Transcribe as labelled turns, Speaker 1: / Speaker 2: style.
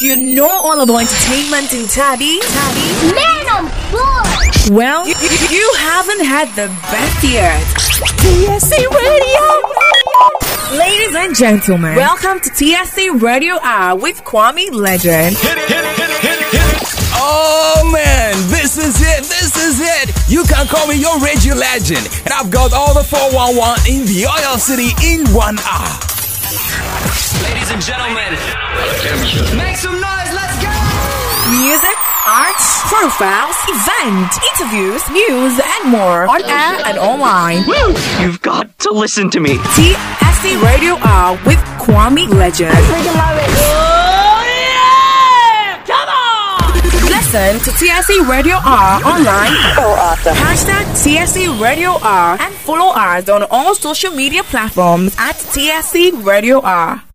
Speaker 1: You know all about entertainment in Tabby. Tabby.
Speaker 2: Man on board!
Speaker 1: Well, you, you- you haven't had the best yet. TSC Radio. Ladies and gentlemen, welcome to TSC Radio Hour with Kwame Legend.
Speaker 3: Oh man, this is it, this is it. You can call me your radio legend. And I've got all the 411 in the oil city in one hour.
Speaker 4: Ladies and gentlemen, make some noise, let's go!
Speaker 1: Music, arts, profiles, events, interviews, news, and more on air and online.
Speaker 4: You've got to listen to me.
Speaker 1: TSC Radio Hour with Kwame Legend.
Speaker 2: Freaking love it.
Speaker 1: Listen to TSC Radio R online. So awesome. Hashtag TSC Radio R and follow us on all social media platforms at TSC Radio R.